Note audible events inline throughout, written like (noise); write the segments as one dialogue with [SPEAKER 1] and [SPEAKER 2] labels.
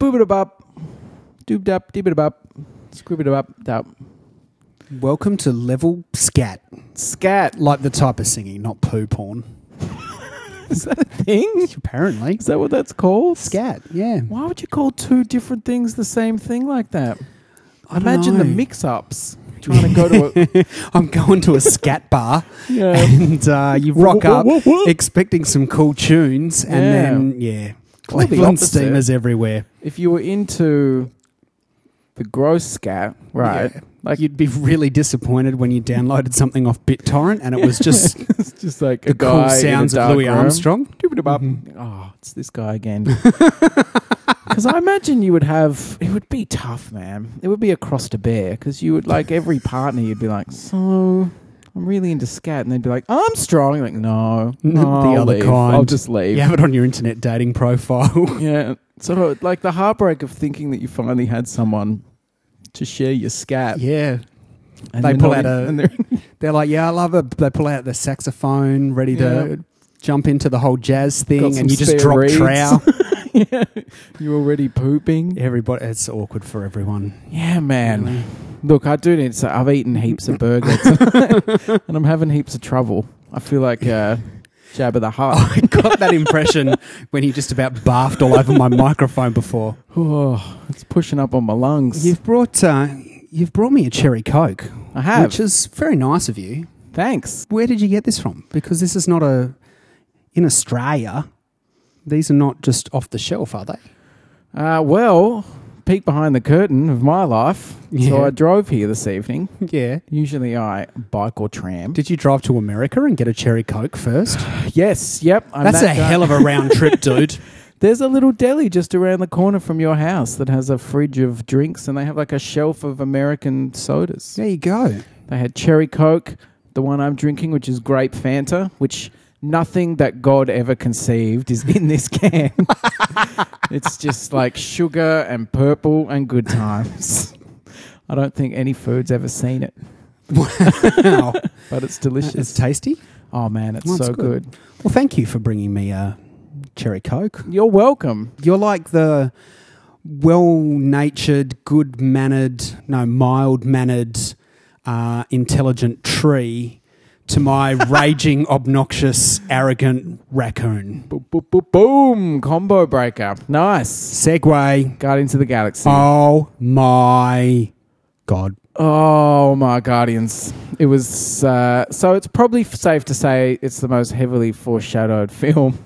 [SPEAKER 1] boobidabop, doobdap, deebidabop, scoobidabop, dap.
[SPEAKER 2] Welcome to level scat.
[SPEAKER 1] Scat. (laughs)
[SPEAKER 2] Like the type of singing, not poo porn.
[SPEAKER 1] Is that a thing?
[SPEAKER 2] Apparently.
[SPEAKER 1] Is that what that's called?
[SPEAKER 2] Scat, yeah.
[SPEAKER 1] Why would you call two different things the same thing like that?
[SPEAKER 2] don't
[SPEAKER 1] Imagine the
[SPEAKER 2] know.
[SPEAKER 1] mix ups. Trying to go to
[SPEAKER 2] (laughs)
[SPEAKER 1] a.
[SPEAKER 2] I'm going to a scat (laughs) bar
[SPEAKER 1] Yeah.
[SPEAKER 2] and uh, you rock
[SPEAKER 1] Whoa,
[SPEAKER 2] up
[SPEAKER 1] whoa, whoa, whoa.
[SPEAKER 2] expecting some cool tunes and
[SPEAKER 1] Yeah.
[SPEAKER 2] then, yeah.
[SPEAKER 1] Or the
[SPEAKER 2] Cleveland
[SPEAKER 1] opposite.
[SPEAKER 2] steamers everywhere.
[SPEAKER 1] If you were into the gross scat, right?
[SPEAKER 2] Yeah.
[SPEAKER 1] Like,
[SPEAKER 2] You'd be really disappointed when you downloaded something off BitTorrent and it was just
[SPEAKER 1] (laughs) it's just like (laughs) a
[SPEAKER 2] the
[SPEAKER 1] guy.
[SPEAKER 2] cool sounds
[SPEAKER 1] in a
[SPEAKER 2] of
[SPEAKER 1] dark
[SPEAKER 2] Louis
[SPEAKER 1] room.
[SPEAKER 2] Armstrong.
[SPEAKER 1] Doobidabop. Oh, it's this guy again. (laughs) Because I imagine you would have, it would be tough, man. It would be a cross to bear because you would, like, every partner, you'd be like, so I'm really into scat. And they'd be like, Armstrong. You're like, no,
[SPEAKER 2] (laughs) The
[SPEAKER 1] I'll
[SPEAKER 2] other
[SPEAKER 1] leave.
[SPEAKER 2] kind.
[SPEAKER 1] I'll just leave.
[SPEAKER 2] You have it on your internet dating profile.
[SPEAKER 1] (laughs) Yeah. So, like, the heartbreak of thinking that you finally had someone to share your scat.
[SPEAKER 2] yeah.
[SPEAKER 1] And
[SPEAKER 2] They
[SPEAKER 1] they're
[SPEAKER 2] pull
[SPEAKER 1] not
[SPEAKER 2] out
[SPEAKER 1] in-
[SPEAKER 2] a-
[SPEAKER 1] and they're- (laughs)
[SPEAKER 2] They're like, yeah, I love it. They pull out the saxophone, ready
[SPEAKER 1] Yeah.
[SPEAKER 2] to jump into the whole jazz
[SPEAKER 1] Got
[SPEAKER 2] thing,
[SPEAKER 1] some
[SPEAKER 2] and you just
[SPEAKER 1] spare
[SPEAKER 2] drop
[SPEAKER 1] reeds. (laughs)
[SPEAKER 2] trow.
[SPEAKER 1] yeah. You're already pooping.
[SPEAKER 2] Everybody, it's awkward for everyone.
[SPEAKER 1] Yeah, man. Look, I do need. So I've eaten heaps of burgers, (laughs) and I'm having heaps of trouble. I feel like uh, Jabba the Hutt.
[SPEAKER 2] (laughs) I got that impression when you just about barfed all over my microphone before.
[SPEAKER 1] Oh, it's pushing up on my lungs.
[SPEAKER 2] You've brought, uh, you've brought me a cherry coke,
[SPEAKER 1] I have.
[SPEAKER 2] which is very nice of you.
[SPEAKER 1] Thanks.
[SPEAKER 2] Where did you get this from? Because this is not a in Australia. These are not just off the shelf, are they?
[SPEAKER 1] Uh, well, peek behind the curtain of my life.
[SPEAKER 2] Yeah.
[SPEAKER 1] So I drove here this evening.
[SPEAKER 2] Yeah.
[SPEAKER 1] Usually I bike or tram.
[SPEAKER 2] Did you drive to America and get a cherry coke first?
[SPEAKER 1] Yes, yep. I'm
[SPEAKER 2] That's
[SPEAKER 1] that
[SPEAKER 2] a
[SPEAKER 1] guy.
[SPEAKER 2] hell of a round (laughs) trip, dude.
[SPEAKER 1] There's a little deli just around the corner from your house that has a fridge of drinks, and they have like a shelf of American sodas.
[SPEAKER 2] There you go.
[SPEAKER 1] They had cherry coke, the one I'm drinking, which is grape Fanta, which nothing that God ever conceived is in this (laughs) can. it's just like sugar and purple and good times. I don't think any food's ever seen it,
[SPEAKER 2] Wow.
[SPEAKER 1] but it's
[SPEAKER 2] it's
[SPEAKER 1] delicious.
[SPEAKER 2] tasty.
[SPEAKER 1] oh man, it's
[SPEAKER 2] Well, it's
[SPEAKER 1] so
[SPEAKER 2] good.
[SPEAKER 1] good.
[SPEAKER 2] Well, thank you for bringing me a cherry coke.
[SPEAKER 1] You're welcome.
[SPEAKER 2] You're like the well-natured, good-mannered, no, mild-mannered, uh, intelligent tree to (laughs) my raging, obnoxious, arrogant raccoon.
[SPEAKER 1] Boop, boop, boop, boom. Combo breaker. Nice.
[SPEAKER 2] Segway.
[SPEAKER 1] Guardians of the Galaxy.
[SPEAKER 2] Oh my god.
[SPEAKER 1] Oh my Guardians! It was uh, so. It's probably f- safe to say it's the most heavily foreshadowed (laughs) film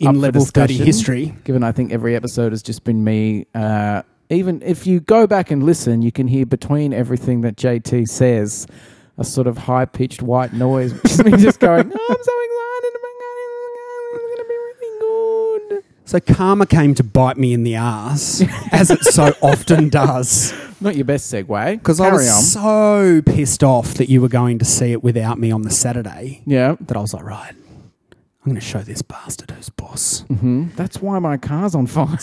[SPEAKER 2] In
[SPEAKER 1] up for
[SPEAKER 2] level thirty
[SPEAKER 1] discussion,
[SPEAKER 2] history.
[SPEAKER 1] Given I think every episode has just been me. Uh, even if you go back and listen, you can hear between everything that JT says a sort of high pitched white noise. (laughs) Just me just going, oh, I'm so excited! Oh my God, it's going to be really good.
[SPEAKER 2] So karma came to bite me in
[SPEAKER 1] (laughs)
[SPEAKER 2] the ass, as it so often does.
[SPEAKER 1] Not your best segue.
[SPEAKER 2] Because I
[SPEAKER 1] Carry
[SPEAKER 2] was
[SPEAKER 1] on.
[SPEAKER 2] so pissed off that you were going to see it without me on the Saturday
[SPEAKER 1] yeah.
[SPEAKER 2] that I was like, right, I'm going to show this bastard
[SPEAKER 1] (laughs)
[SPEAKER 2] who's boss.
[SPEAKER 1] hmm That's why my car's on fire.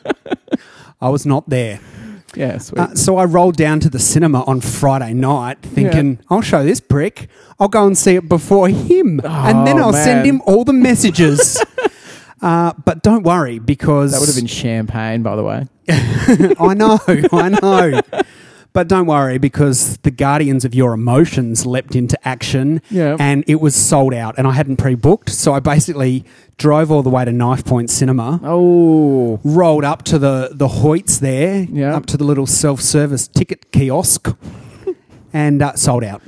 [SPEAKER 1] (laughs)
[SPEAKER 2] I was not there.
[SPEAKER 1] yeah, sweet.
[SPEAKER 2] Uh, so I rolled down to the cinema on Friday night thinking, I'll show this prick. I'll go and see it before him. and then
[SPEAKER 1] Oh,
[SPEAKER 2] I'll send
[SPEAKER 1] man.
[SPEAKER 2] him all
[SPEAKER 1] (laughs)
[SPEAKER 2] the messages. uh, but don't worry because.
[SPEAKER 1] that would have been champagne, by the way.
[SPEAKER 2] I know, (laughs) I know. But don't worry because the Guardians of Your Emotions leapt into action
[SPEAKER 1] Yeah.
[SPEAKER 2] and it was sold out and I hadn't pre booked. So I basically drove all the way to Knife Point Cinema,
[SPEAKER 1] Oh,
[SPEAKER 2] rolled up to the, the Hoyts there,
[SPEAKER 1] Yeah.
[SPEAKER 2] up to the little self service ticket kiosk, (laughs) and uh, sold out.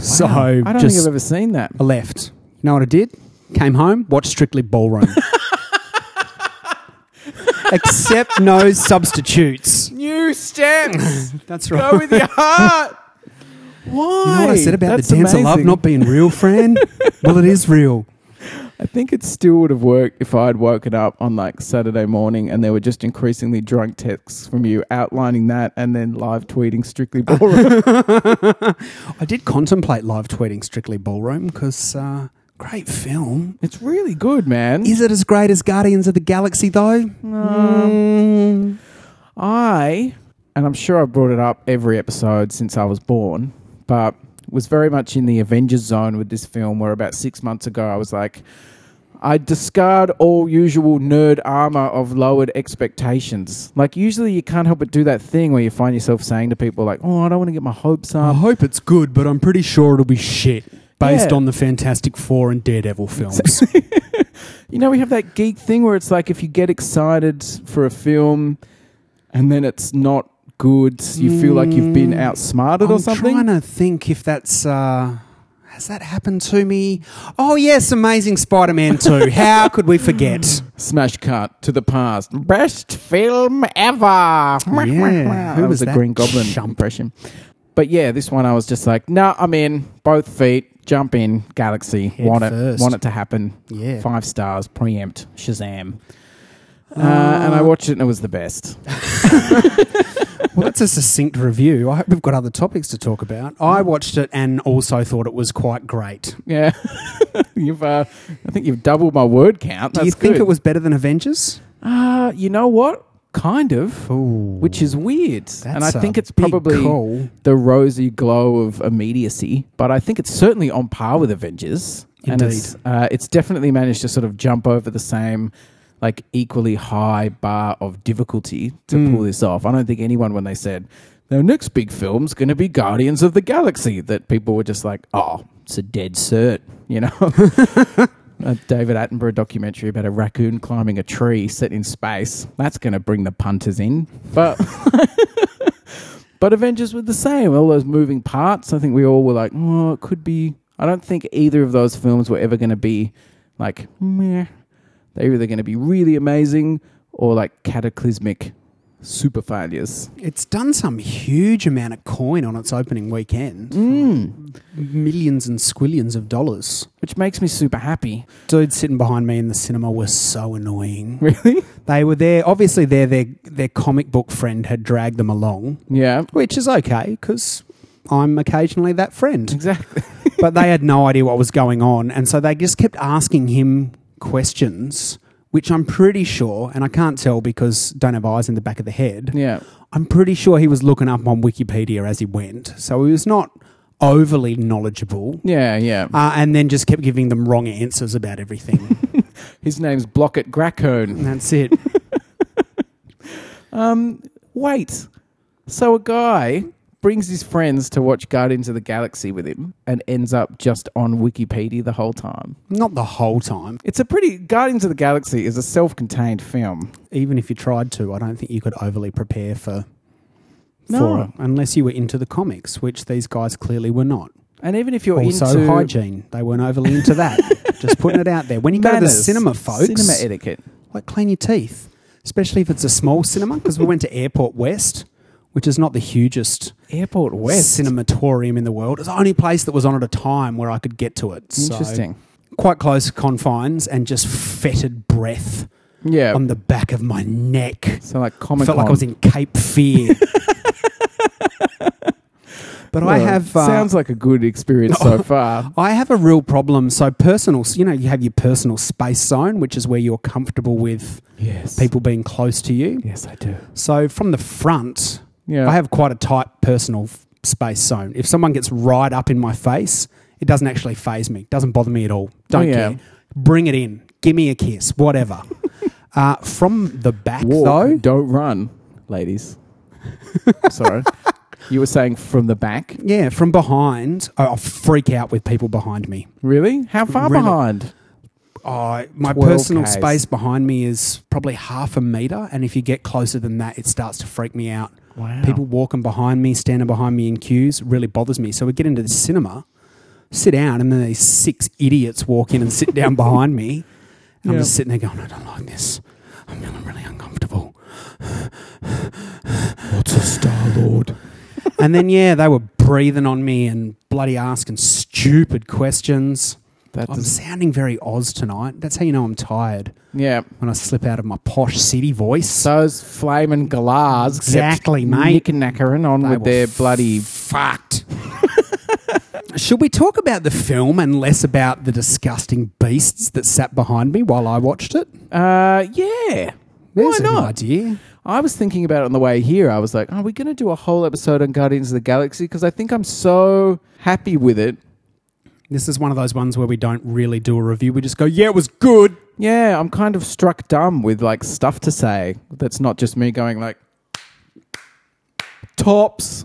[SPEAKER 2] So
[SPEAKER 1] I don't
[SPEAKER 2] just
[SPEAKER 1] think I've ever seen that.
[SPEAKER 2] I left. You know what I did? Came home, watched Strictly
[SPEAKER 1] (laughs)
[SPEAKER 2] Ballroom. Except no substitutes.
[SPEAKER 1] New
[SPEAKER 2] (laughs)
[SPEAKER 1] steps.
[SPEAKER 2] That's right.
[SPEAKER 1] Go with your heart. Why?
[SPEAKER 2] You know what I said about
[SPEAKER 1] That's
[SPEAKER 2] the dance of love
[SPEAKER 1] amazing.
[SPEAKER 2] not being real, Fran? (laughs) well, it is real.
[SPEAKER 1] I think it still would have worked if I had woken up on like Saturday morning and there were just increasingly drunk texts from you outlining that and then live tweeting strictly
[SPEAKER 2] (laughs)
[SPEAKER 1] ballroom.
[SPEAKER 2] I did contemplate live tweeting Strictly Ballroom because uh, great film.
[SPEAKER 1] it's really good, man.
[SPEAKER 2] Is it as great as Guardians of the Galaxy though? Mm.
[SPEAKER 1] I, and I'm sure I've brought it up every episode since I was born, but was very much in the Avengers zone with this film where about six months ago I was like, I discard all usual nerd armor of lowered expectations. Like, usually you can't help but do that thing where you find yourself saying to people, like, oh, I don't want to get my hopes
[SPEAKER 2] I
[SPEAKER 1] up.
[SPEAKER 2] hope it's good, but I'm pretty sure it'll be shit based
[SPEAKER 1] Yeah.
[SPEAKER 2] on the Fantastic Four and Daredevil films.
[SPEAKER 1] You know, we have that geek thing where it's like if you get excited for a film and then it's not good, you feel like you've been
[SPEAKER 2] Mm.
[SPEAKER 1] outsmarted
[SPEAKER 2] I'm
[SPEAKER 1] or something.
[SPEAKER 2] trying to think if that's. Uh, has that happened to me? Oh, yes, Amazing Spider Man 2. How could we forget?
[SPEAKER 1] Smash cut to the past. Best film ever.
[SPEAKER 2] Yeah.
[SPEAKER 1] Who
[SPEAKER 2] Who was
[SPEAKER 1] was the
[SPEAKER 2] that
[SPEAKER 1] Green Goblin
[SPEAKER 2] chump?
[SPEAKER 1] impression? But yeah, this one I was just like, nah, I'm in. Both feet. Jump in. Galaxy.
[SPEAKER 2] Head
[SPEAKER 1] want
[SPEAKER 2] first.
[SPEAKER 1] it. Want it to happen.
[SPEAKER 2] Yeah.
[SPEAKER 1] Five stars. Preempt. Shazam. Uh, and I watched it and it was the best. (laughs)
[SPEAKER 2] Well, that's a succinct review. I hope we've got other topics to talk about. I watched it and also thought it was quite great.
[SPEAKER 1] Yeah. (laughs) you've, uh, I think you've doubled my word count.
[SPEAKER 2] Do you
[SPEAKER 1] That's
[SPEAKER 2] think
[SPEAKER 1] good.
[SPEAKER 2] it was better than Avengers?
[SPEAKER 1] Uh, you know what? Kind of.
[SPEAKER 2] Ooh.
[SPEAKER 1] Which is weird. and I
[SPEAKER 2] That's a
[SPEAKER 1] think it's
[SPEAKER 2] big
[SPEAKER 1] probably.
[SPEAKER 2] call.
[SPEAKER 1] the rosy glow of immediacy, but I think it's certainly on par with Avengers. And it's, uh, it's definitely managed to sort of jump over the same, like, equally high bar of difficulty to pull this off. I don't think anyone, when they said, their next big film's going to be Guardians of the Galaxy, that people were just like, oh, it's a dead cert, (laughs) you know? a David Attenborough documentary about a raccoon climbing a tree set in space. That's going to bring the punters in. But but Avengers were the same. All those moving parts. I think we all were like, oh, it could be. I don't think either of those films were ever going to be like meh. They were either going to be really amazing or like cataclysmic super failures.
[SPEAKER 2] It's done some huge amount of coin on its opening weekend.
[SPEAKER 1] Mm. Hmm.
[SPEAKER 2] Millions and squillions of dollars.
[SPEAKER 1] Which makes me super happy.
[SPEAKER 2] Dudes sitting behind me in the cinema were so annoying.
[SPEAKER 1] (laughs) Really?
[SPEAKER 2] They were there. Obviously, their their their comic book friend had dragged them along,
[SPEAKER 1] Yeah.
[SPEAKER 2] which is okay because I'm occasionally that friend.
[SPEAKER 1] Exactly.
[SPEAKER 2] but they had no idea what was going on, and so they just kept asking him questions, which I'm pretty sure, and I can't tell because don't have eyes in the back of the head.
[SPEAKER 1] (laughs) Yeah.
[SPEAKER 2] I'm pretty sure he was looking up on Wikipedia as he went, so he was not overly knowledgeable.
[SPEAKER 1] Yeah. Yeah.
[SPEAKER 2] Uh, and then just kept giving them wrong answers about
[SPEAKER 1] (laughs)
[SPEAKER 2] everything.
[SPEAKER 1] His name's Blockett Gracone.
[SPEAKER 2] And That's it.
[SPEAKER 1] Wait. So a guy brings his friends to watch Guardians of the Galaxy with him and ends up just on Wikipedia the whole time.
[SPEAKER 2] Not the whole time.
[SPEAKER 1] It's a pretty Guardians of the Galaxy is a self-contained film.
[SPEAKER 2] Even if you tried to, I don't think you could overly prepare for for
[SPEAKER 1] No.
[SPEAKER 2] it, unless you were into the comics, which these guys clearly were not.
[SPEAKER 1] And even if you're
[SPEAKER 2] also,
[SPEAKER 1] into
[SPEAKER 2] hygiene. They weren't overly into
[SPEAKER 1] (laughs)
[SPEAKER 2] that. Just putting it out there. When you go to the
[SPEAKER 1] manners,
[SPEAKER 2] cinema, folks,
[SPEAKER 1] cinema etiquette.
[SPEAKER 2] like clean your teeth, especially if it's a small cinema. Because we went to Airport West, which is not the hugest
[SPEAKER 1] Airport West.
[SPEAKER 2] cinematorium in the world. It's the only place that was on at a time where I could get to it. So,
[SPEAKER 1] Interesting.
[SPEAKER 2] quite close confines and just fetid breath
[SPEAKER 1] yeah.
[SPEAKER 2] on the back of my neck.
[SPEAKER 1] so like comic.
[SPEAKER 2] Felt like I was in Cape
[SPEAKER 1] (laughs)
[SPEAKER 2] Fear. but I have. Uh,
[SPEAKER 1] sounds like a good experience (laughs) so far.
[SPEAKER 2] I have a real problem. So personal, you know, you have your personal space zone, which is where you're comfortable with
[SPEAKER 1] Yes.
[SPEAKER 2] people being close to you.
[SPEAKER 1] Yes, I do.
[SPEAKER 2] So from the front,
[SPEAKER 1] Yeah.
[SPEAKER 2] I have quite a tight personal f- space zone. If someone gets right up in my face, it doesn't actually phase me. Doesn't bother me at all. Don't
[SPEAKER 1] yeah.
[SPEAKER 2] care. Bring it in. Give me a
[SPEAKER 1] (laughs)
[SPEAKER 2] kiss. Whatever. uh, from the back
[SPEAKER 1] Walk,
[SPEAKER 2] though,
[SPEAKER 1] don't run,
[SPEAKER 2] (laughs)
[SPEAKER 1] ladies. Sorry. You were saying from the back?
[SPEAKER 2] yeah, from behind, I, I freak out with people behind me.
[SPEAKER 1] Really? How far
[SPEAKER 2] Really?
[SPEAKER 1] behind?
[SPEAKER 2] Oh, my
[SPEAKER 1] 12
[SPEAKER 2] personal
[SPEAKER 1] Ks.
[SPEAKER 2] space behind me is probably half a meter, and if you get closer than that, it starts to freak me out.
[SPEAKER 1] Wow.
[SPEAKER 2] People walking behind me, standing behind me in queues, really bothers me. So we get into the cinema, sit down, and then these six idiots walk in and
[SPEAKER 1] (laughs)
[SPEAKER 2] sit down behind me. And I'm
[SPEAKER 1] Yeah.
[SPEAKER 2] just sitting there going, I don't like this. I'm feeling really uncomfortable.
[SPEAKER 1] What's a Star Lord?
[SPEAKER 2] and then, yeah, they were breathing on me and bloody asking stupid questions.
[SPEAKER 1] That
[SPEAKER 2] I'm
[SPEAKER 1] does,
[SPEAKER 2] sounding very Oz tonight. That's how you know I'm tired.
[SPEAKER 1] yeah.
[SPEAKER 2] when I slip out of my posh city voice.
[SPEAKER 1] Those flaming galahs. kept
[SPEAKER 2] Exactly, mate.
[SPEAKER 1] Knick-knackering on
[SPEAKER 2] They
[SPEAKER 1] with
[SPEAKER 2] were
[SPEAKER 1] their bloody
[SPEAKER 2] Fucked. (laughs) Should we talk about the film and less about the disgusting beasts that sat behind me while I watched it?
[SPEAKER 1] Uh, yeah. Why
[SPEAKER 2] There's an
[SPEAKER 1] not?
[SPEAKER 2] idea.
[SPEAKER 1] I was thinking about it on the way here. I was like, are we going to do a whole episode on Guardians of the Galaxy? Because I think I'm so happy with it
[SPEAKER 2] This is one of those ones where we don't really do a review. We just go, yeah, it was good.
[SPEAKER 1] Yeah, I'm kind of struck dumb with like stuff to say. That's not just me going like tops.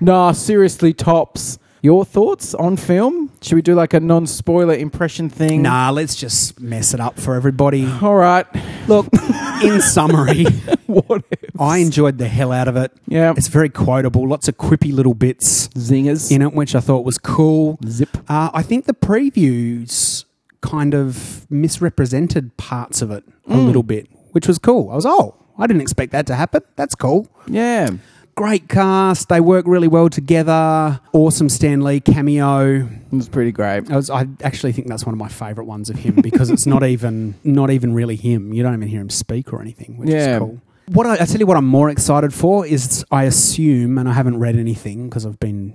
[SPEAKER 1] Nah, seriously, tops. Your thoughts on film? Should we do like a non-spoiler impression thing?
[SPEAKER 2] Nah, let's just mess it up for everybody.
[SPEAKER 1] All right. (laughs)
[SPEAKER 2] Look, (laughs) in summary,
[SPEAKER 1] what?
[SPEAKER 2] I enjoyed the hell out of it.
[SPEAKER 1] Yeah.
[SPEAKER 2] It's very quotable, lots of quippy little bits
[SPEAKER 1] Zingers.
[SPEAKER 2] in it, which I thought was cool.
[SPEAKER 1] Zip.
[SPEAKER 2] Uh, I think the previews kind of misrepresented parts of it a
[SPEAKER 1] Mm.
[SPEAKER 2] little bit, which was cool. I was, oh, I didn't expect that to happen. That's cool.
[SPEAKER 1] Yeah.
[SPEAKER 2] Great cast. They work really well together. Awesome Stan Lee cameo.
[SPEAKER 1] It was pretty great.
[SPEAKER 2] I, was, I actually think that's one of my favourite ones of him because
[SPEAKER 1] (laughs)
[SPEAKER 2] it's not even not even really him. You don't even hear him speak or anything, which
[SPEAKER 1] Yeah.
[SPEAKER 2] is cool. What I, I tell you, what I'm more excited for is I assume, and I haven't read anything because I've been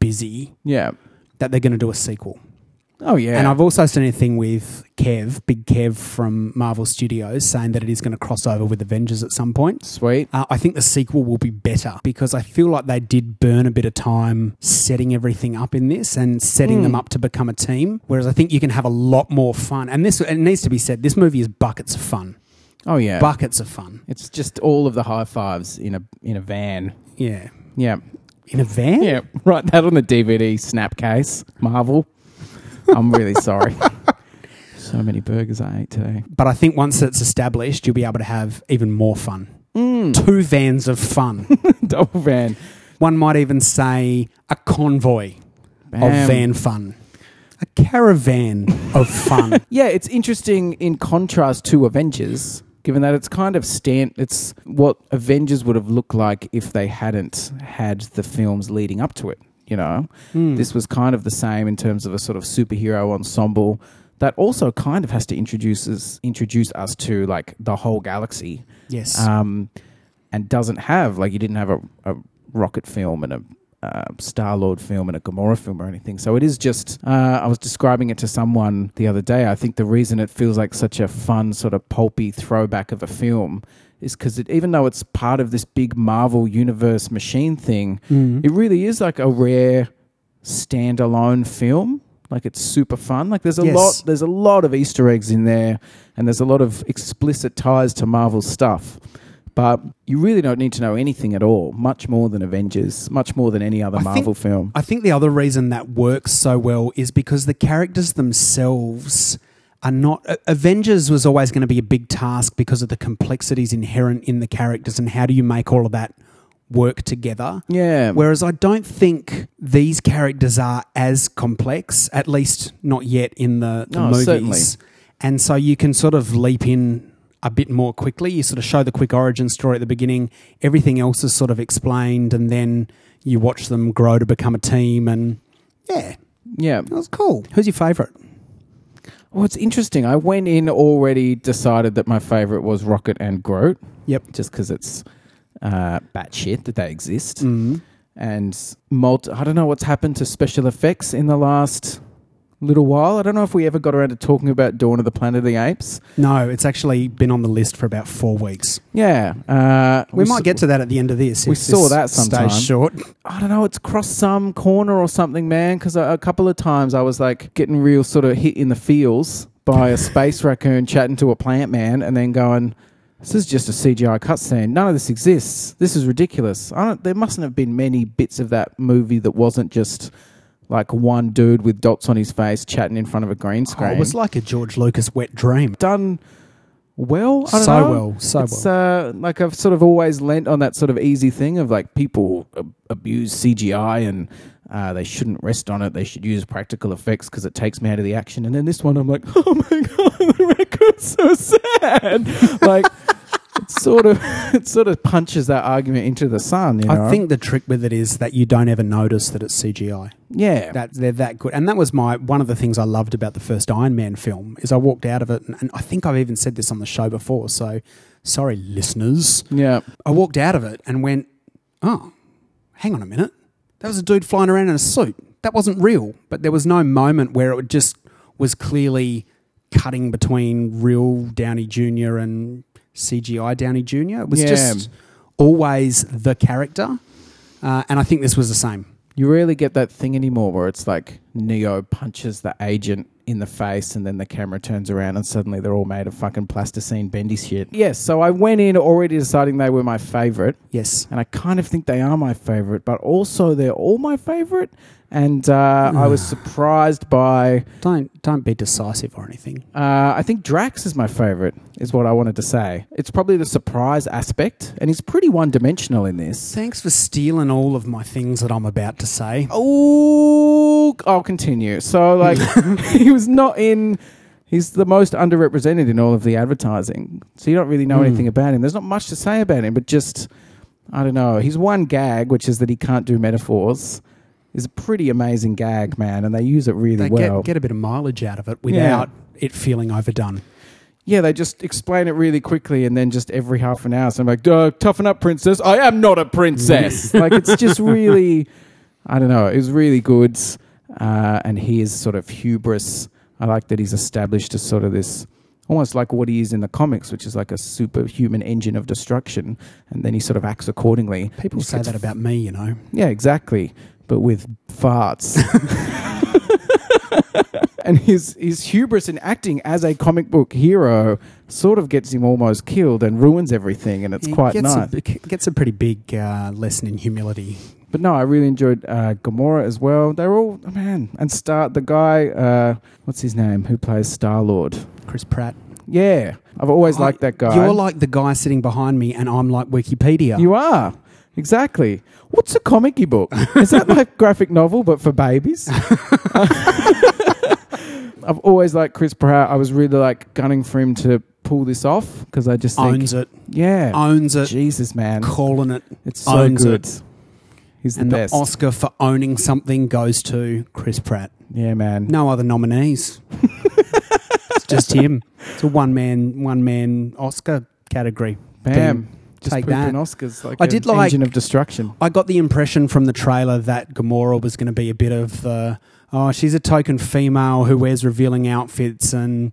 [SPEAKER 2] busy,
[SPEAKER 1] Yeah.
[SPEAKER 2] that they're going to do a sequel.
[SPEAKER 1] Oh yeah.
[SPEAKER 2] And I've also seen a thing with Kev, Big Kev from Marvel Studios, saying that it is going to cross over with Avengers at some point.
[SPEAKER 1] sweet.
[SPEAKER 2] Uh, I think the sequel will be better because I feel like they did burn a bit of time setting everything up in this and setting
[SPEAKER 1] Mm.
[SPEAKER 2] them up to become a team. Whereas I think you can have a lot more fun. And this, it needs to be said, this movie is buckets of fun.
[SPEAKER 1] Oh yeah.
[SPEAKER 2] Buckets of fun.
[SPEAKER 1] it's just all of the high fives in a in a van. Eh.
[SPEAKER 2] Yeah.
[SPEAKER 1] Yeah.
[SPEAKER 2] In a van?
[SPEAKER 1] Yeah. Write that on the DVD snap case. Marvel. I'm really sorry. (laughs) So many burgers I ate today.
[SPEAKER 2] But I think once it's established, you'll be able to have even more fun.
[SPEAKER 1] Mm.
[SPEAKER 2] Two vans of fun.
[SPEAKER 1] (laughs) Double van.
[SPEAKER 2] One might even say a convoy
[SPEAKER 1] Bam.
[SPEAKER 2] of van fun. A caravan of fun.
[SPEAKER 1] Yeah, it's interesting in contrast to Avengers, given that it's kind of stand. It's what Avengers would have looked like if they hadn't had the films leading up to it. You know,
[SPEAKER 2] Hmm.
[SPEAKER 1] this was kind of the same in terms of a sort of superhero ensemble that also kind of has to introduce us introduce us to like the whole galaxy,
[SPEAKER 2] yes.
[SPEAKER 1] um, and doesn't have like you didn't have a, a rocket film and a. Uh, Star Lord film and a Gamora film or anything. So it is just, uh, I was describing it to someone the other day. I think the reason it feels like such a fun, sort of pulpy throwback of a film is because even though it's part of this big Marvel Universe machine thing,
[SPEAKER 2] Mm.
[SPEAKER 1] it really is like a rare standalone film. Like it's super fun. Like there's a
[SPEAKER 2] Yes.
[SPEAKER 1] lot there's a lot of Easter eggs in there and there's a lot of explicit ties to Marvel stuff. But you really don't need to know anything at all, much more than Avengers, much more than any other
[SPEAKER 2] I think-
[SPEAKER 1] Marvel film.
[SPEAKER 2] I think the other reason that works so well is because the characters themselves are not. A- Avengers was always going to be a big task because of the complexities inherent in the characters and how do you make all of that work together.
[SPEAKER 1] yeah.
[SPEAKER 2] Whereas I don't think these characters are as complex, at least not yet in the, the
[SPEAKER 1] No,
[SPEAKER 2] movies.
[SPEAKER 1] certainly.
[SPEAKER 2] And so you can sort of leap in a bit more quickly. You sort of show the quick origin story at the beginning, everything else is sort of explained, and then you watch them grow to become a team. And yeah,
[SPEAKER 1] yeah.
[SPEAKER 2] that was cool. Who's your favourite?
[SPEAKER 1] Well, it's interesting. I went in already decided that my favorite was Rocket and Groot.
[SPEAKER 2] Yep.
[SPEAKER 1] Just because it's uh, batshit that they exist.
[SPEAKER 2] Mm.
[SPEAKER 1] and multi- I don't know what's happened to special effects in the last little while. I don't know if we ever got around to talking about Dawn of the Planet of the Apes.
[SPEAKER 2] No, it's actually been on the list for about four weeks.
[SPEAKER 1] Yeah, uh,
[SPEAKER 2] We,
[SPEAKER 1] s-
[SPEAKER 2] might get to that at the end of this.
[SPEAKER 1] we
[SPEAKER 2] if
[SPEAKER 1] saw
[SPEAKER 2] this
[SPEAKER 1] that sometime.
[SPEAKER 2] Stays short.
[SPEAKER 1] I don't know. It's crossed some corner or something, man. Because a, a couple of times I was like getting real sort of hit in the feels by a
[SPEAKER 2] (laughs)
[SPEAKER 1] space raccoon chatting to a plant man, and then going. This is just a CGI cutscene. None of this exists. This is ridiculous. I don't, there mustn't have been many bits of that movie that wasn't just like one dude with dots on his face chatting in front of a green
[SPEAKER 2] Oh,
[SPEAKER 1] screen.
[SPEAKER 2] it was like a George Lucas wet dream.
[SPEAKER 1] done well. I
[SPEAKER 2] So
[SPEAKER 1] don't know
[SPEAKER 2] well, so well.
[SPEAKER 1] it's uh, like I've sort of always lent on that sort of easy thing of like people ab- abuse CGI and uh, they shouldn't rest on it. They should use practical effects because it takes me out of the action. And then this one, I'm like, (laughs) oh my god, the record's so sad. (laughs) like it sort of (laughs) it sort of punches that argument into the sun. You know?
[SPEAKER 2] I think the trick with it is that you don't ever notice that it's CGI.
[SPEAKER 1] yeah,
[SPEAKER 2] That they're that good, and that was my one of the things I loved about the first Iron Man film is I walked out of it, and, and I think I've even said this on the show before. So, sorry, listeners.
[SPEAKER 1] yeah,
[SPEAKER 2] I walked out of it and went, "Oh, hang on a minute, that was a dude flying around in a suit. That wasn't real." But there was no moment where it just was clearly cutting between real Downey Jr. and CGI Downey Jr. It was
[SPEAKER 1] Yeah.
[SPEAKER 2] just always the character, uh, and I think this was the same.
[SPEAKER 1] You rarely get that thing anymore where it's like Neo punches the agent in the face and then the camera turns around and suddenly they're all made of fucking plasticine bendy shit. Yes, so I went in already deciding they were my favorite
[SPEAKER 2] Yes.
[SPEAKER 1] and I kind of think they are my favorite, but also they're all my favorite. And uh, I was surprised by.
[SPEAKER 2] Don't don't be decisive or anything.
[SPEAKER 1] Uh, I think Drax is my favorite, is what I wanted to say. It's probably the surprise aspect, and he's pretty one dimensional in this.
[SPEAKER 2] Thanks for stealing all of my things that I'm about to say.
[SPEAKER 1] Oh, I'll continue. So,
[SPEAKER 2] (laughs)
[SPEAKER 1] like, (laughs) he was not in. He's the most underrepresented in all of the advertising. So you don't really know
[SPEAKER 2] Hmm.
[SPEAKER 1] anything about him. There's not much to say about him, but just, I don't know. He's one gag, which is that he can't do metaphors, is a pretty amazing gag, man. And they use it really
[SPEAKER 2] They
[SPEAKER 1] well.
[SPEAKER 2] get, get a bit of mileage out of it without it feeling overdone.
[SPEAKER 1] yeah, they just explain it really quickly and then just every half an hour. So I'm like, Duh, toughen up, princess. I am not a princess. (laughs) like, it's just really, I don't know. It was really good. Uh, and he is sort of hubris. I like that he's established as sort of this, almost like what he is in the comics, which is like a superhuman engine of destruction. And then he sort of acts accordingly.
[SPEAKER 2] People say
[SPEAKER 1] It's-
[SPEAKER 2] that about me, you know.
[SPEAKER 1] yeah, exactly. But with farts. (laughs) and his, his hubris in acting as a comic book hero sort of gets him almost killed and ruins everything. And it's
[SPEAKER 2] He
[SPEAKER 1] quite
[SPEAKER 2] gets
[SPEAKER 1] nice.
[SPEAKER 2] A, big- gets a pretty big uh, lesson in humility.
[SPEAKER 1] But no, I really enjoyed uh, Gamora as well. They're all oh, man, and Star the guy, uh, what's his name, who plays Star Lord?
[SPEAKER 2] Chris Pratt.
[SPEAKER 1] Yeah, I've always liked that guy.
[SPEAKER 2] Oh, You're like the guy sitting behind me, and I'm like Wikipedia.
[SPEAKER 1] you are exactly. What's a comic book? Is that
[SPEAKER 2] (laughs)
[SPEAKER 1] like graphic novel but for babies? I've always liked Chris Pratt. I was really like gunning for him to pull this off because I just think,
[SPEAKER 2] owns it.
[SPEAKER 1] yeah,
[SPEAKER 2] Owns it.
[SPEAKER 1] Jesus man,
[SPEAKER 2] Calling it.
[SPEAKER 1] it's so
[SPEAKER 2] owns
[SPEAKER 1] good.
[SPEAKER 2] it.
[SPEAKER 1] He's the
[SPEAKER 2] And the
[SPEAKER 1] best.
[SPEAKER 2] Oscar for owning something goes to Chris Pratt.
[SPEAKER 1] yeah, man.
[SPEAKER 2] No other
[SPEAKER 1] (laughs)
[SPEAKER 2] nominees. it's just him. It's a one man one man Oscar category.
[SPEAKER 1] Bam.
[SPEAKER 2] Boom.
[SPEAKER 1] Just
[SPEAKER 2] Take
[SPEAKER 1] pooping
[SPEAKER 2] that.
[SPEAKER 1] Oscars like
[SPEAKER 2] I
[SPEAKER 1] an
[SPEAKER 2] did like-
[SPEAKER 1] engine of destruction.
[SPEAKER 2] I got the impression from the trailer that Gamora was going to be a bit of the oh she's a token female who wears revealing outfits and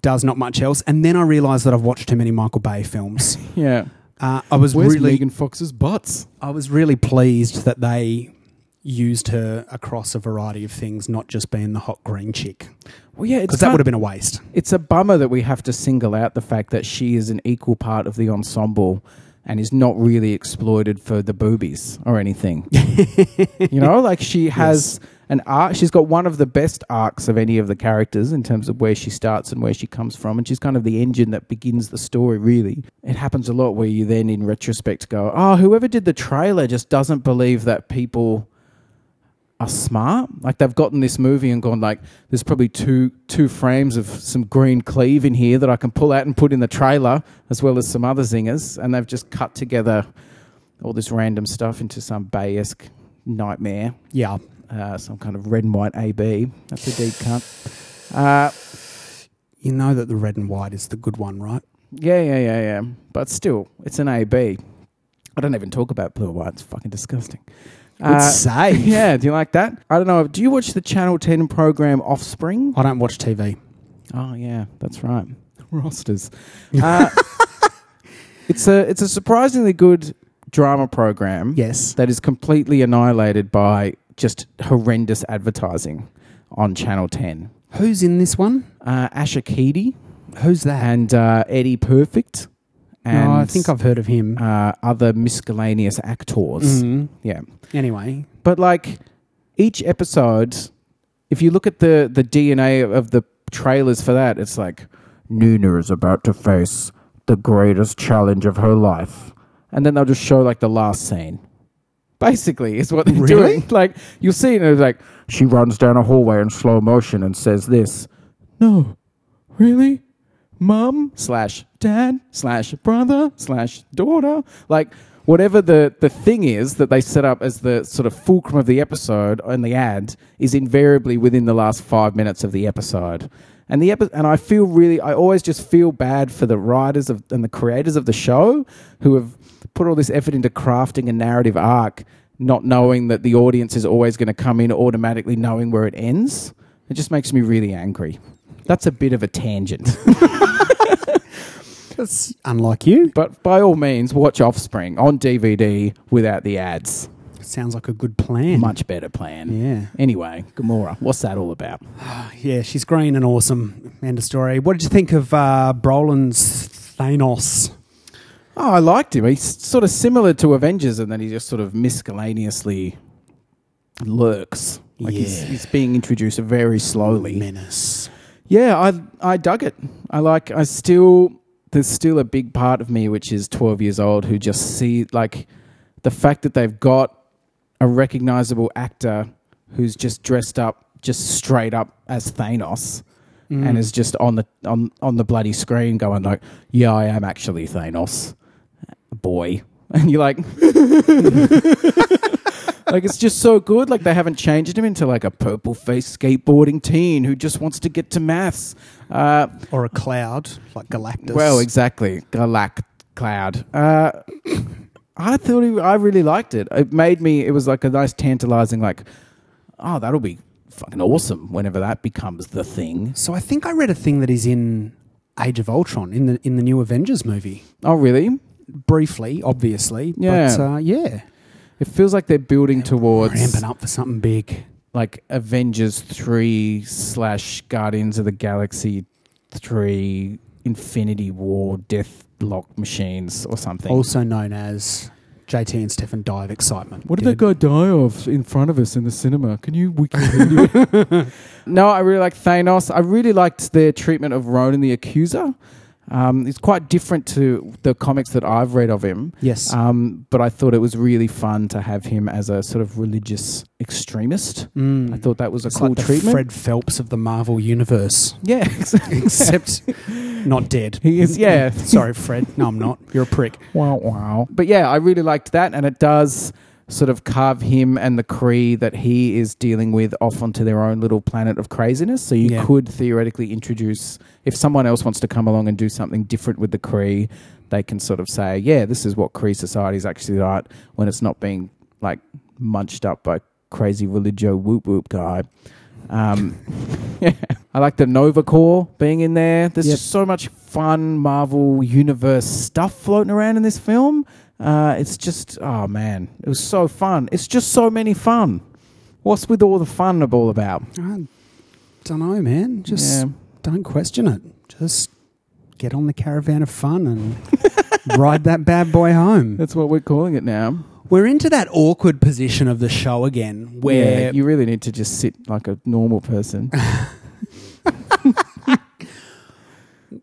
[SPEAKER 2] does not much else. And then I realised that I've watched too many Michael Bay films.
[SPEAKER 1] Yeah.
[SPEAKER 2] Uh, I was
[SPEAKER 1] Where's
[SPEAKER 2] really
[SPEAKER 1] Megan Fox's butts?
[SPEAKER 2] I was really pleased that they used her across a variety of things, not just being the hot green chick.
[SPEAKER 1] Well, yeah, it's
[SPEAKER 2] Because that
[SPEAKER 1] kind-
[SPEAKER 2] would have been a waste.
[SPEAKER 1] it's a bummer that we have to single out the fact that she is an equal part of the ensemble and is not really exploited for the boobies or anything. you know, like she has an arc. She's got one of the best arcs of any of the characters in terms of where she starts and where she comes from. And she's kind of the engine that begins the story, really. It happens a lot where you then, in retrospect, go, oh, whoever did the trailer just doesn't believe that people are smart. Like they've gotten this movie and gone like, there's probably two two frames of some green cleave in here that I can pull out and put in the trailer, as well as some other zingers, and they've just cut together all this random stuff into some Bayesque nightmare,
[SPEAKER 2] Yeah.
[SPEAKER 1] uh, some kind of red and white AB. That's a deep cut. Uh,
[SPEAKER 2] You know that the red and white is the good one, right?
[SPEAKER 1] yeah, yeah, yeah, yeah. But still, it's an AB. I don't even talk about blue and white. It's fucking disgusting.
[SPEAKER 2] Good
[SPEAKER 1] Uh, (laughs)
[SPEAKER 2] save.
[SPEAKER 1] yeah, do you like that? I don't know. Do you watch the Channel 10 program Offspring?
[SPEAKER 2] I don't watch TV.
[SPEAKER 1] Oh yeah, that's
[SPEAKER 2] (laughs)
[SPEAKER 1] right. Rosters. Uh, it's a it's a surprisingly good drama program.
[SPEAKER 2] Yes.
[SPEAKER 1] that is completely annihilated by just horrendous advertising on Channel Ten.
[SPEAKER 2] Who's in this one?
[SPEAKER 1] Uh, Asha Keady
[SPEAKER 2] Who's that?
[SPEAKER 1] and uh, Eddie Perfect, and
[SPEAKER 2] no, Oh, I think I've heard of him.
[SPEAKER 1] uh, other miscellaneous actors.
[SPEAKER 2] Mhm.
[SPEAKER 1] Yeah,
[SPEAKER 2] Anyway,
[SPEAKER 1] but like each episode if you look at the the dna of the trailers for that it's like nina is about to face the greatest challenge of her life and then they'll just show like the last scene basically is what they're
[SPEAKER 2] Really?
[SPEAKER 1] doing like you'll see and it's like she runs down a hallway in slow motion and says this no really mum slash dad slash brother slash daughter like whatever the the thing is that they set up as the sort of fulcrum of the episode and the ad is invariably within the last five minutes of the episode and the epi- and I feel really I always just feel bad for the writers of and the creators of the show who have put all this effort into crafting a narrative arc not knowing that the audience is always going to come in automatically knowing where it ends it just makes me really angry that's a bit of a tangent (laughs)
[SPEAKER 2] that's unlike you.
[SPEAKER 1] But by all means, watch Offspring on DVD without the ads.
[SPEAKER 2] Sounds like a good plan.
[SPEAKER 1] Much better plan.
[SPEAKER 2] Yeah.
[SPEAKER 1] Anyway, Gamora, what's that all about?
[SPEAKER 2] Ah, Yeah, she's green and awesome. End of story. What did you think of uh, Brolin's Thanos?
[SPEAKER 1] Oh, I liked him. He's sort of similar to Avengers, and then he just sort of miscellaneously lurks. Like he's,
[SPEAKER 2] Yeah.
[SPEAKER 1] he's being introduced very slowly.
[SPEAKER 2] Menace.
[SPEAKER 1] Yeah, I I dug it. I like. I still there's still a big part of me which is 12 years old who just see like the fact that they've got a recognizable actor who's just dressed up just straight up as Thanos and is just on the on on the bloody screen going like, "Yeah, I am actually Thanos, boy," (laughs) and you're like. Like it's just so good. Like they haven't changed him into like a purple faced skateboarding teen who just wants to get to maths. Uh,
[SPEAKER 2] Or a cloud, like Galactus.
[SPEAKER 1] well, exactly. Galact Cloud. Uh, (coughs) I thought he, I really liked it. It made me. It was like a nice tantalizing. Like, oh, that'll be fucking awesome whenever that becomes the thing.
[SPEAKER 2] so I think I read a thing that is in Age of Ultron in the in the new Avengers movie.
[SPEAKER 1] Oh, really?
[SPEAKER 2] Briefly, obviously.
[SPEAKER 1] Yeah.
[SPEAKER 2] But uh, yeah.
[SPEAKER 1] It feels like they're building towards
[SPEAKER 2] Ramping up for something big.
[SPEAKER 1] like Avengers three slash Guardians of the Galaxy three Infinity War Death Lock machines or something.
[SPEAKER 2] Also known as JT and Stefan die of excitement. Dude.
[SPEAKER 1] guy die of in front of us in the cinema? Can you Wikipedia?
[SPEAKER 2] (laughs)
[SPEAKER 1] no, I really like Thanos. I really liked their treatment of Ronan the Accuser. Um, it's quite different to the comics that I've read of him.
[SPEAKER 2] Yes.
[SPEAKER 1] Um, but I thought it was really fun to have him as a sort of religious extremist.
[SPEAKER 2] Mm.
[SPEAKER 1] I thought that was a
[SPEAKER 2] It's
[SPEAKER 1] cool
[SPEAKER 2] like the
[SPEAKER 1] treatment.
[SPEAKER 2] Fred Phelps of the
[SPEAKER 1] (laughs)
[SPEAKER 2] Marvel universe,
[SPEAKER 1] yeah, exactly.
[SPEAKER 2] except not dead.
[SPEAKER 1] He is- yeah.
[SPEAKER 2] (laughs) Sorry, Fred. No, I'm not. You're
[SPEAKER 1] (laughs)
[SPEAKER 2] a prick.
[SPEAKER 1] Wow, wow. But yeah, I really liked that, and it does sort of carve him and the Cree that he is dealing with off onto their own little planet of craziness. So you
[SPEAKER 2] Yeah.
[SPEAKER 1] could theoretically introduce if someone else wants to come along and do something different with the Cree, they can sort of say, "Yeah, this is what Cree society is actually like when it's not being like munched up by crazy religio whoop whoop guy." Um, (laughs) yeah. I like the Nova Corps being in there. There's
[SPEAKER 2] Yep.
[SPEAKER 1] just so much fun Marvel Universe stuff floating around in this film. Uh, it's just, oh man, it was so fun. It's just so many fun. What's with all the fun of all about?
[SPEAKER 2] I don't know, man. Just
[SPEAKER 1] Yeah.
[SPEAKER 2] don't question it. Just get on the caravan of fun and (laughs) ride that bad boy home.
[SPEAKER 1] That's what we're calling it now.
[SPEAKER 2] We're into that awkward position of the show again where
[SPEAKER 1] yeah, you really need to just sit like a normal person.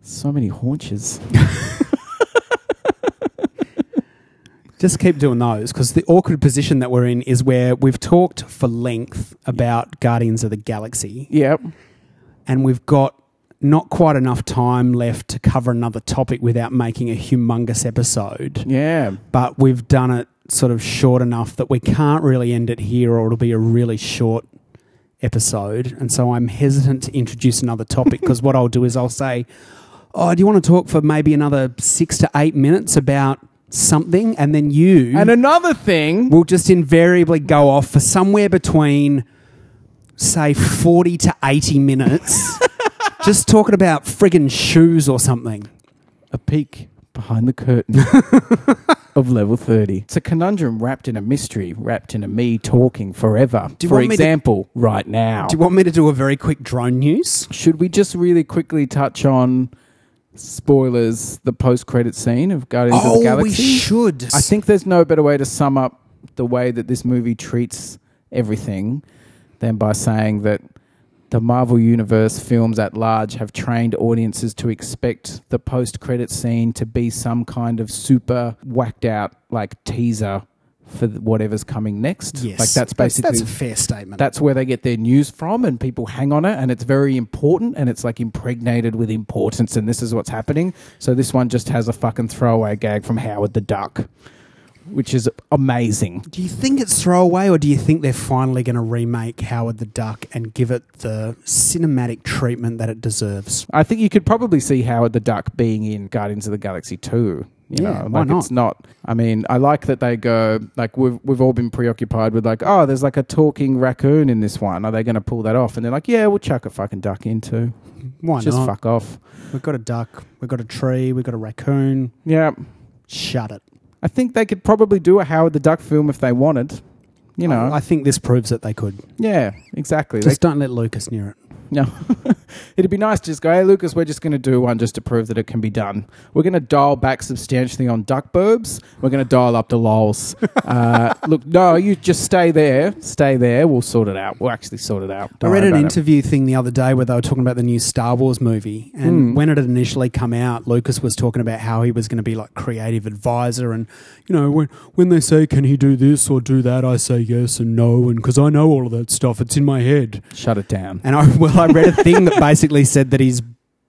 [SPEAKER 1] so many haunches.
[SPEAKER 2] Just keep doing those because the awkward position that we're in is where we've talked for length about Guardians of the Galaxy
[SPEAKER 1] Yep.
[SPEAKER 2] and we've got not quite enough time left to cover another topic without making a humongous episode.
[SPEAKER 1] Yeah.
[SPEAKER 2] But we've done it sort of short enough that we can't really end it here or it'll be a really short episode. And so I'm hesitant to introduce another topic because what I'll do is I'll say, Oh, do you want to talk for maybe another six to eight minutes about something? And then you
[SPEAKER 1] And another thing.
[SPEAKER 2] will just invariably go off for somewhere between say 40 to
[SPEAKER 1] (laughs)
[SPEAKER 2] 80 minutes just talking about friggin' shoes or something
[SPEAKER 1] a peek behind the
[SPEAKER 2] (laughs)
[SPEAKER 1] curtain of level 30. It's a conundrum wrapped in a mystery, wrapped in a me talking forever.
[SPEAKER 2] Do you
[SPEAKER 1] For
[SPEAKER 2] want me to-
[SPEAKER 1] example, right now.
[SPEAKER 2] do you want me to do a very quick drone news
[SPEAKER 1] Should we just really quickly touch on spoilers, the post credit scene of Guardians of the
[SPEAKER 2] oh
[SPEAKER 1] Galaxy?
[SPEAKER 2] we should
[SPEAKER 1] I think there's no better way to sum up the way that this movie treats everything than by saying that the Marvel Universe films at large have trained audiences to expect the post credit scene to be some kind of super whacked out like teaser for th- whatever's coming next.
[SPEAKER 2] yes
[SPEAKER 1] Like that's basically
[SPEAKER 2] that's, a fair statement
[SPEAKER 1] that's where they get their news from and people hang on it and it's very important and it's like impregnated with importance and this is what's happening so this one just has a fucking throwaway gag from howard the duck which is amazing
[SPEAKER 2] do you think it's throwaway or do you think they're finally going to remake howard the duck and give it the cinematic treatment that it deserves
[SPEAKER 1] i think you could probably see howard the duck being in guardians of the galaxy 2 you
[SPEAKER 2] Yeah,
[SPEAKER 1] know, like
[SPEAKER 2] why not?
[SPEAKER 1] it's not. I mean, I like that they go like we've we've all been preoccupied with like, oh, there's like a talking raccoon in this one. Are they going to pull that off? And they're like, yeah, we'll chuck a fucking duck in too.
[SPEAKER 2] why
[SPEAKER 1] Just
[SPEAKER 2] not
[SPEAKER 1] fuck off.
[SPEAKER 2] we've got a duck we've got a tree we've got a raccoon
[SPEAKER 1] Yeah,
[SPEAKER 2] shut it
[SPEAKER 1] I think they could probably do a Howard the Duck film if they wanted. You know,
[SPEAKER 2] I think this proves that they could.
[SPEAKER 1] yeah, exactly. They-
[SPEAKER 2] Just don't let Lucas near it.
[SPEAKER 1] No. (laughs) It'd be nice to just go, hey, Lucas, we're just going to do one just to prove that it can be done. We're going to dial back substantially on duck burbs. We're going to dial up the
[SPEAKER 2] (laughs)
[SPEAKER 1] lols. uh, look, no, you just stay there. Stay there. We'll sort it out. We'll actually sort it out. Don't
[SPEAKER 2] I read
[SPEAKER 1] worry
[SPEAKER 2] an
[SPEAKER 1] about it."
[SPEAKER 2] interview thing the other day where they were talking about the new Star Wars movie, and when it had initially come out, Lucas was talking about how he was going to be like creative advisor, and you know when when they say can he do this or do that, I say yes and no, and because I know all of that stuff, it's in my head.
[SPEAKER 1] Shut it down.
[SPEAKER 2] And I (laughs) well, I read a thing that basically said that he's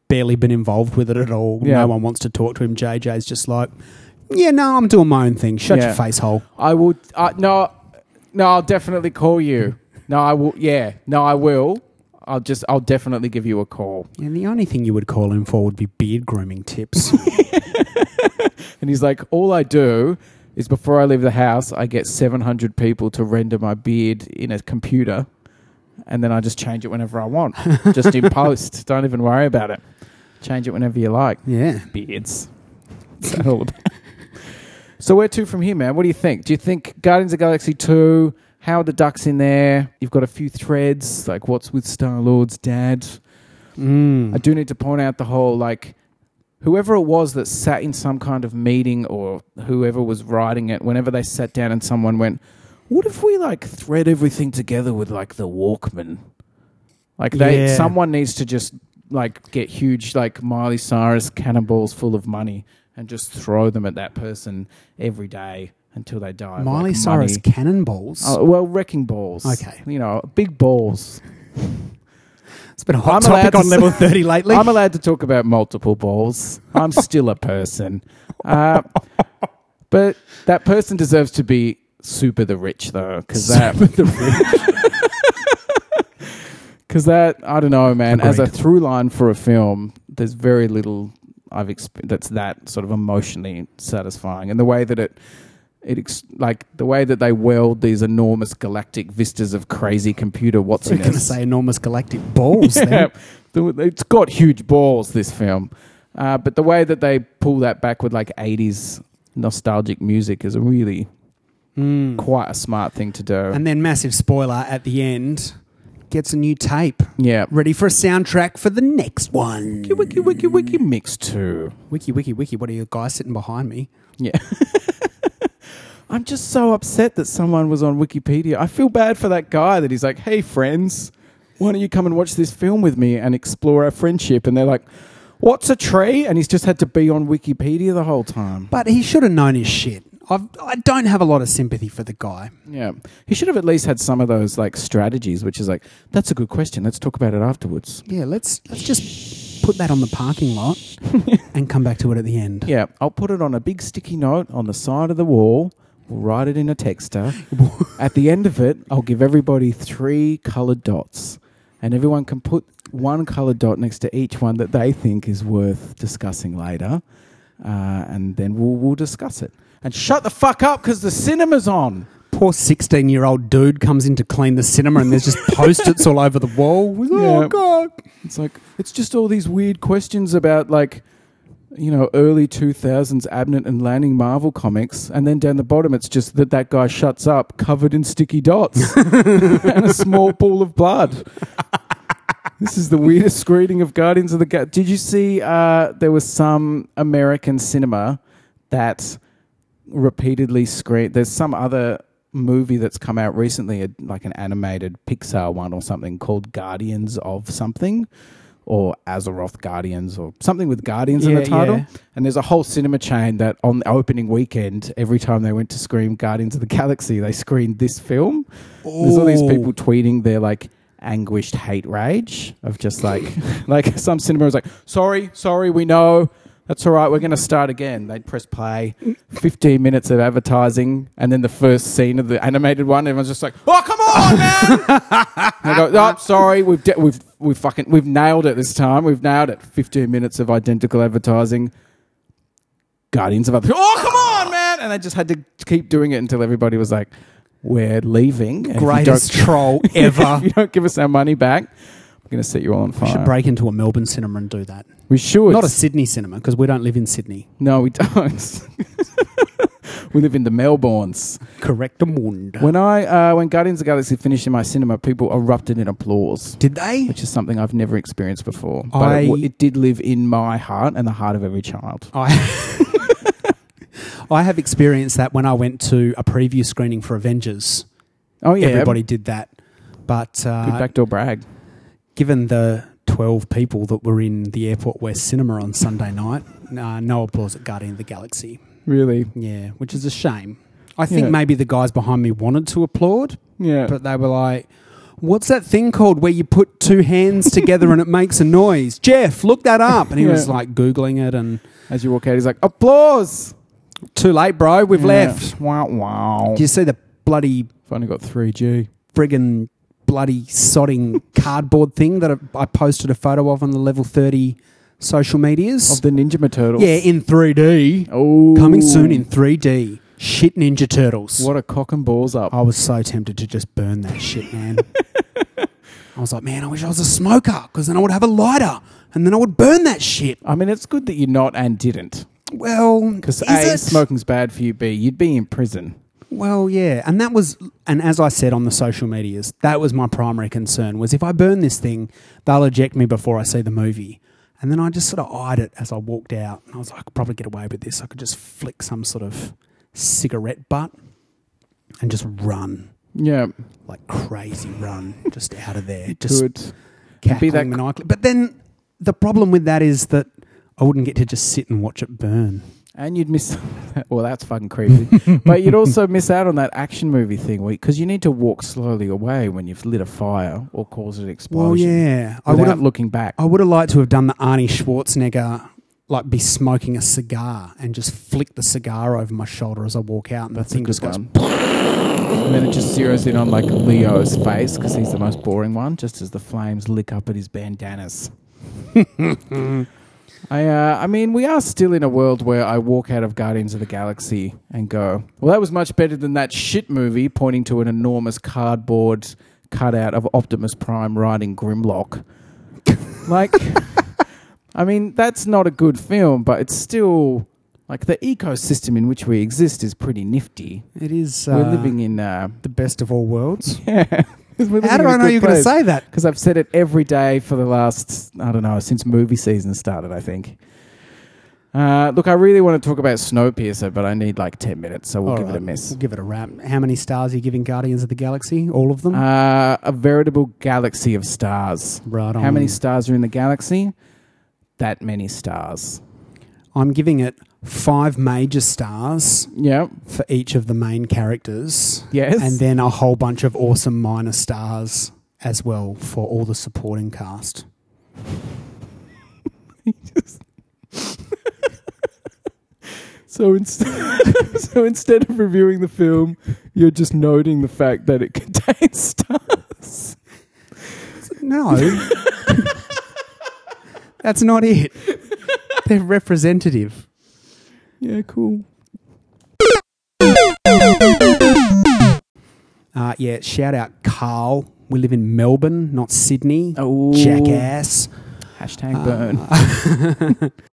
[SPEAKER 2] barely been involved with it at all.
[SPEAKER 1] Yeah.
[SPEAKER 2] No one wants to talk to him. JJ's just like, yeah, no, I'm doing my own thing. Shut
[SPEAKER 1] Yeah.
[SPEAKER 2] your face hole.
[SPEAKER 1] I will. Uh, no, no, I'll definitely call you. No, I will. Yeah, no, I will. I'll just, I'll definitely give you a call.
[SPEAKER 2] Yeah, the only thing you would call him for would be beard grooming tips.
[SPEAKER 1] And he's like, all I do is before I leave the house, I get 700 people to render my beard in a computer. And then I just change it whenever I want, just in post. Don't even worry about it. Change it whenever you like.
[SPEAKER 2] (laughs) yeah.
[SPEAKER 1] Beards. What's that all about? so, where to from here, man? What do you think? Do you think Guardians of the Galaxy 2, how are the ducks in there? You've got a few threads, like what's with Star Lord's dad?
[SPEAKER 2] Mm.
[SPEAKER 1] I do need to point out the whole like whoever it was that sat in some kind of meeting or whoever was writing it, whenever they sat down and someone went, What if we like thread everything together with like the Walkman? Like they
[SPEAKER 2] Yeah.
[SPEAKER 1] someone needs to just like get huge like Miley Cyrus cannonballs full of money and just throw them at that person every day until they die. of,
[SPEAKER 2] Miley
[SPEAKER 1] like,
[SPEAKER 2] Cyrus
[SPEAKER 1] money.
[SPEAKER 2] cannonballs.
[SPEAKER 1] Oh, well, wrecking balls.
[SPEAKER 2] Okay.
[SPEAKER 1] You know, big balls.
[SPEAKER 2] it's been a hot
[SPEAKER 1] I'm allowed
[SPEAKER 2] topic
[SPEAKER 1] to Oh,
[SPEAKER 2] on
[SPEAKER 1] s-
[SPEAKER 2] level
[SPEAKER 1] (laughs)
[SPEAKER 2] 30 lately.
[SPEAKER 1] I'm allowed to talk about multiple balls. I'm still a person. Uh, but that person deserves to be super the rich, though, because that. (laughs) Because that, I don't know, man. As a
[SPEAKER 2] Agreed.
[SPEAKER 1] through line for a film, there's very little I've exp- that's that sort of emotionally satisfying, and the way that it, it ex- like the way that they weld these enormous galactic vistas of crazy computer
[SPEAKER 2] so you're going to
[SPEAKER 1] whatsiness.
[SPEAKER 2] say enormous galactic
[SPEAKER 1] (laughs)
[SPEAKER 2] balls
[SPEAKER 1] Yeah.
[SPEAKER 2] then.
[SPEAKER 1] The- It's got huge balls, this film. Uh, but the way that they pull that back with like 80s nostalgic music is a really
[SPEAKER 2] Mm.
[SPEAKER 1] quite a smart thing to do.
[SPEAKER 2] And then massive spoiler at the end gets a new tape
[SPEAKER 1] yeah.
[SPEAKER 2] ready for a soundtrack for the next one.
[SPEAKER 1] Wiki, wiki, wiki, wiki mix too.
[SPEAKER 2] Wiki, wiki, wiki. What are you guys sitting behind me?
[SPEAKER 1] Yeah. I'm just so upset that someone was on Wikipedia. I feel bad for that guy that he's like, hey, friends, why don't you come and watch this film with me and explore our friendship? And they're like, what's a tree? And he's just had to be on Wikipedia the whole time.
[SPEAKER 2] But he should have known his shit. I've, I don't have a lot of sympathy for the guy.
[SPEAKER 1] Yeah. He should have at least had some of those like strategies, which is like, that's a good question. Let's talk about it afterwards.
[SPEAKER 2] Yeah, let's let's just put that on the
[SPEAKER 1] (laughs)
[SPEAKER 2] parking lot and come back to it at the end.
[SPEAKER 1] Yeah. I'll put it on a big sticky note on the side of the wall. We'll write it in a texter. at the end of it, I'll give everybody three colored dots. And everyone can put one colored dot next to each one that they think is worth discussing later. Uh, and then we'll, we'll discuss it. And shut the fuck up because the cinema's on.
[SPEAKER 2] Poor 16 year old dude comes in to clean the cinema and
[SPEAKER 1] (laughs)
[SPEAKER 2] there's just post its all over the wall. Oh,
[SPEAKER 1] Yeah.
[SPEAKER 2] God.
[SPEAKER 1] It's like it's just all these weird questions about like you know early 2000s Abnett and Lanning Marvel comics and then down the bottom it's just that that guy shuts up covered in sticky dots (laughs) and a small pool of blood. This is the weirdest screening of Guardians of the Ga- Did you see uh, there was some American cinema that repeatedly screen. There's some other movie that's come out recently, a, like an animated Pixar one or something called Guardians of something, or Azeroth Guardians, or something with Guardians in the
[SPEAKER 2] Yeah,
[SPEAKER 1] title.
[SPEAKER 2] yeah.
[SPEAKER 1] And there's a whole cinema chain that on the opening weekend, every time they went to screen Guardians of the Galaxy, they screened this film. There's all these
[SPEAKER 2] Ooh.
[SPEAKER 1] people tweeting their like anguished hate rage of just like (laughs) like some cinema was like, sorry, sorry, we know. That's all right. We're going to start again. They'd press play, 15 minutes of advertising, and then the first scene of the animated one. Everyone's just like, "Oh, come on, man!" and I go, "No, oh, sorry, we've de- we've we've fucking we've nailed it this time. We've nailed it. 15 minutes of identical advertising. Guardians of Other. Oh, come on, man! And they just had to keep doing it until everybody was like, "We're leaving. And if you don't-
[SPEAKER 2] Greatest troll ever.
[SPEAKER 1] (laughs) if you don't give us our money back, we're going to set you all on
[SPEAKER 2] We should
[SPEAKER 1] fire.
[SPEAKER 2] break into a Melbourne cinema and do that.
[SPEAKER 1] we should.
[SPEAKER 2] Not a Sydney cinema because we don't live in Sydney.
[SPEAKER 1] no, we don't. (laughs) We live in the Melbournes.
[SPEAKER 2] Correct Correctamundo.
[SPEAKER 1] When I uh, when Guardians of the Galaxy finished in my cinema, people erupted in applause,
[SPEAKER 2] Did they?
[SPEAKER 1] which is something I've never experienced before. But it,
[SPEAKER 2] I-
[SPEAKER 1] w- it did live in my heart and the heart of every child.
[SPEAKER 2] I (laughs) I have experienced that when I went to a preview screening for Avengers.
[SPEAKER 1] Oh yeah,
[SPEAKER 2] Everybody did that. But
[SPEAKER 1] Good
[SPEAKER 2] uh,
[SPEAKER 1] backdoor brag.
[SPEAKER 2] given the 12 people that were in the Airport West cinema on Sunday night, uh, no applause at Guardian of the Galaxy.
[SPEAKER 1] Really?
[SPEAKER 2] Yeah, which is a shame. I think
[SPEAKER 1] Yeah.
[SPEAKER 2] maybe the guys behind me wanted to applaud,
[SPEAKER 1] Yeah.
[SPEAKER 2] but they were like, What's that thing called where you put two hands together and it makes a noise? Jeff, look that up. And he was
[SPEAKER 1] Yeah.
[SPEAKER 2] like Googling it and
[SPEAKER 1] As you walk out, he's like, applause.
[SPEAKER 2] too late, bro. We've
[SPEAKER 1] Yeah.
[SPEAKER 2] left.
[SPEAKER 1] Wow, wow.
[SPEAKER 2] Do you see the bloody
[SPEAKER 1] Finally got 3G.
[SPEAKER 2] friggin' bloody sodding cardboard thing that I- I posted a photo of on the level 30 social medias?
[SPEAKER 1] Of the Ninja Turtles.
[SPEAKER 2] yeah, in 3D.
[SPEAKER 1] Oh.
[SPEAKER 2] Coming soon in 3D. Shit Ninja Turtles.
[SPEAKER 1] What a cock and balls up.
[SPEAKER 2] I was so tempted to just burn that shit, man. I was like, man, I wish I was a smoker because then I would have a lighter and then I would burn that shit.
[SPEAKER 1] I mean, it's good that you're not and didn't.
[SPEAKER 2] Well,
[SPEAKER 1] Because
[SPEAKER 2] is
[SPEAKER 1] A,
[SPEAKER 2] it?
[SPEAKER 1] smoking's bad for you. B, you'd be in prison.
[SPEAKER 2] Well, yeah, and that was, and as I said on the social medias, that was my primary concern was if I burn this thing, they'll eject me before I see the movie. And then I just sort of eyed it as I walked out, and I was like, I could probably get away with this. I could just flick some sort of cigarette butt and just run
[SPEAKER 1] Yeah,
[SPEAKER 2] like crazy, run just out
[SPEAKER 1] (laughs)
[SPEAKER 2] of there, just
[SPEAKER 1] good.
[SPEAKER 2] cackling
[SPEAKER 1] Be that-
[SPEAKER 2] maniacally. But then the problem with that is that I wouldn't get to just sit and watch it burn.
[SPEAKER 1] And you'd miss. (laughs) well, that's fucking
[SPEAKER 2] (laughs)
[SPEAKER 1] creepy. but you'd also miss out on that action movie thing because you need to walk slowly away when you've lit a fire or caused an explosion.
[SPEAKER 2] Well, yeah, I
[SPEAKER 1] Without
[SPEAKER 2] would have
[SPEAKER 1] looking back.
[SPEAKER 2] I would have liked to have done the Arnie Schwarzenegger, like be smoking a cigar and just flick the cigar over my shoulder as I walk out, and
[SPEAKER 1] That's
[SPEAKER 2] the
[SPEAKER 1] a
[SPEAKER 2] thing
[SPEAKER 1] good
[SPEAKER 2] just goes.
[SPEAKER 1] one. And then it just zeroes in on like Leo's face because he's the most boring one. Just as the flames lick up at his bandanas. (laughs) I, uh, I mean, we are still in a world where I walk out of Guardians of the Galaxy and go, "Well, that was much better than that shit movie," pointing to an enormous cardboard cutout of Optimus Prime riding Grimlock. like, (laughs) I mean, that's not a good film, but it's still like the ecosystem in which we exist is pretty nifty.
[SPEAKER 2] It is. Uh,
[SPEAKER 1] We're living in. Uh, (laughs)
[SPEAKER 2] the best of all worlds.
[SPEAKER 1] yeah.
[SPEAKER 2] How did I know you were going to say that?
[SPEAKER 1] Because I've said it every day for the last, I don't know, since movie season started, I think. Uh, look, I really want to talk about Snowpiercer, but I need like 10 minutes, so we'll
[SPEAKER 2] All
[SPEAKER 1] give it a
[SPEAKER 2] right,
[SPEAKER 1] miss.
[SPEAKER 2] We'll give it a wrap. How many stars are you giving Guardians of the Galaxy? All of them.
[SPEAKER 1] Uh, a veritable galaxy of stars.
[SPEAKER 2] right on.
[SPEAKER 1] How many stars are in the galaxy? That many stars.
[SPEAKER 2] I'm giving it five major stars
[SPEAKER 1] Yep.
[SPEAKER 2] for each of the main characters,
[SPEAKER 1] Yes.
[SPEAKER 2] and then a whole bunch of awesome minor stars as well for all the supporting cast.
[SPEAKER 1] so, inst- (laughs) so instead of reviewing the film, you're just noting the fact that it (laughs) contains stars.
[SPEAKER 2] No. That's not it. They're representative.
[SPEAKER 1] (laughs) Yeah, cool.
[SPEAKER 2] Uh, yeah, shout out Carl. We live in Melbourne, not Sydney.
[SPEAKER 1] Oh,
[SPEAKER 2] Jackass.
[SPEAKER 1] Hashtag burn.
[SPEAKER 2] Uh, (laughs)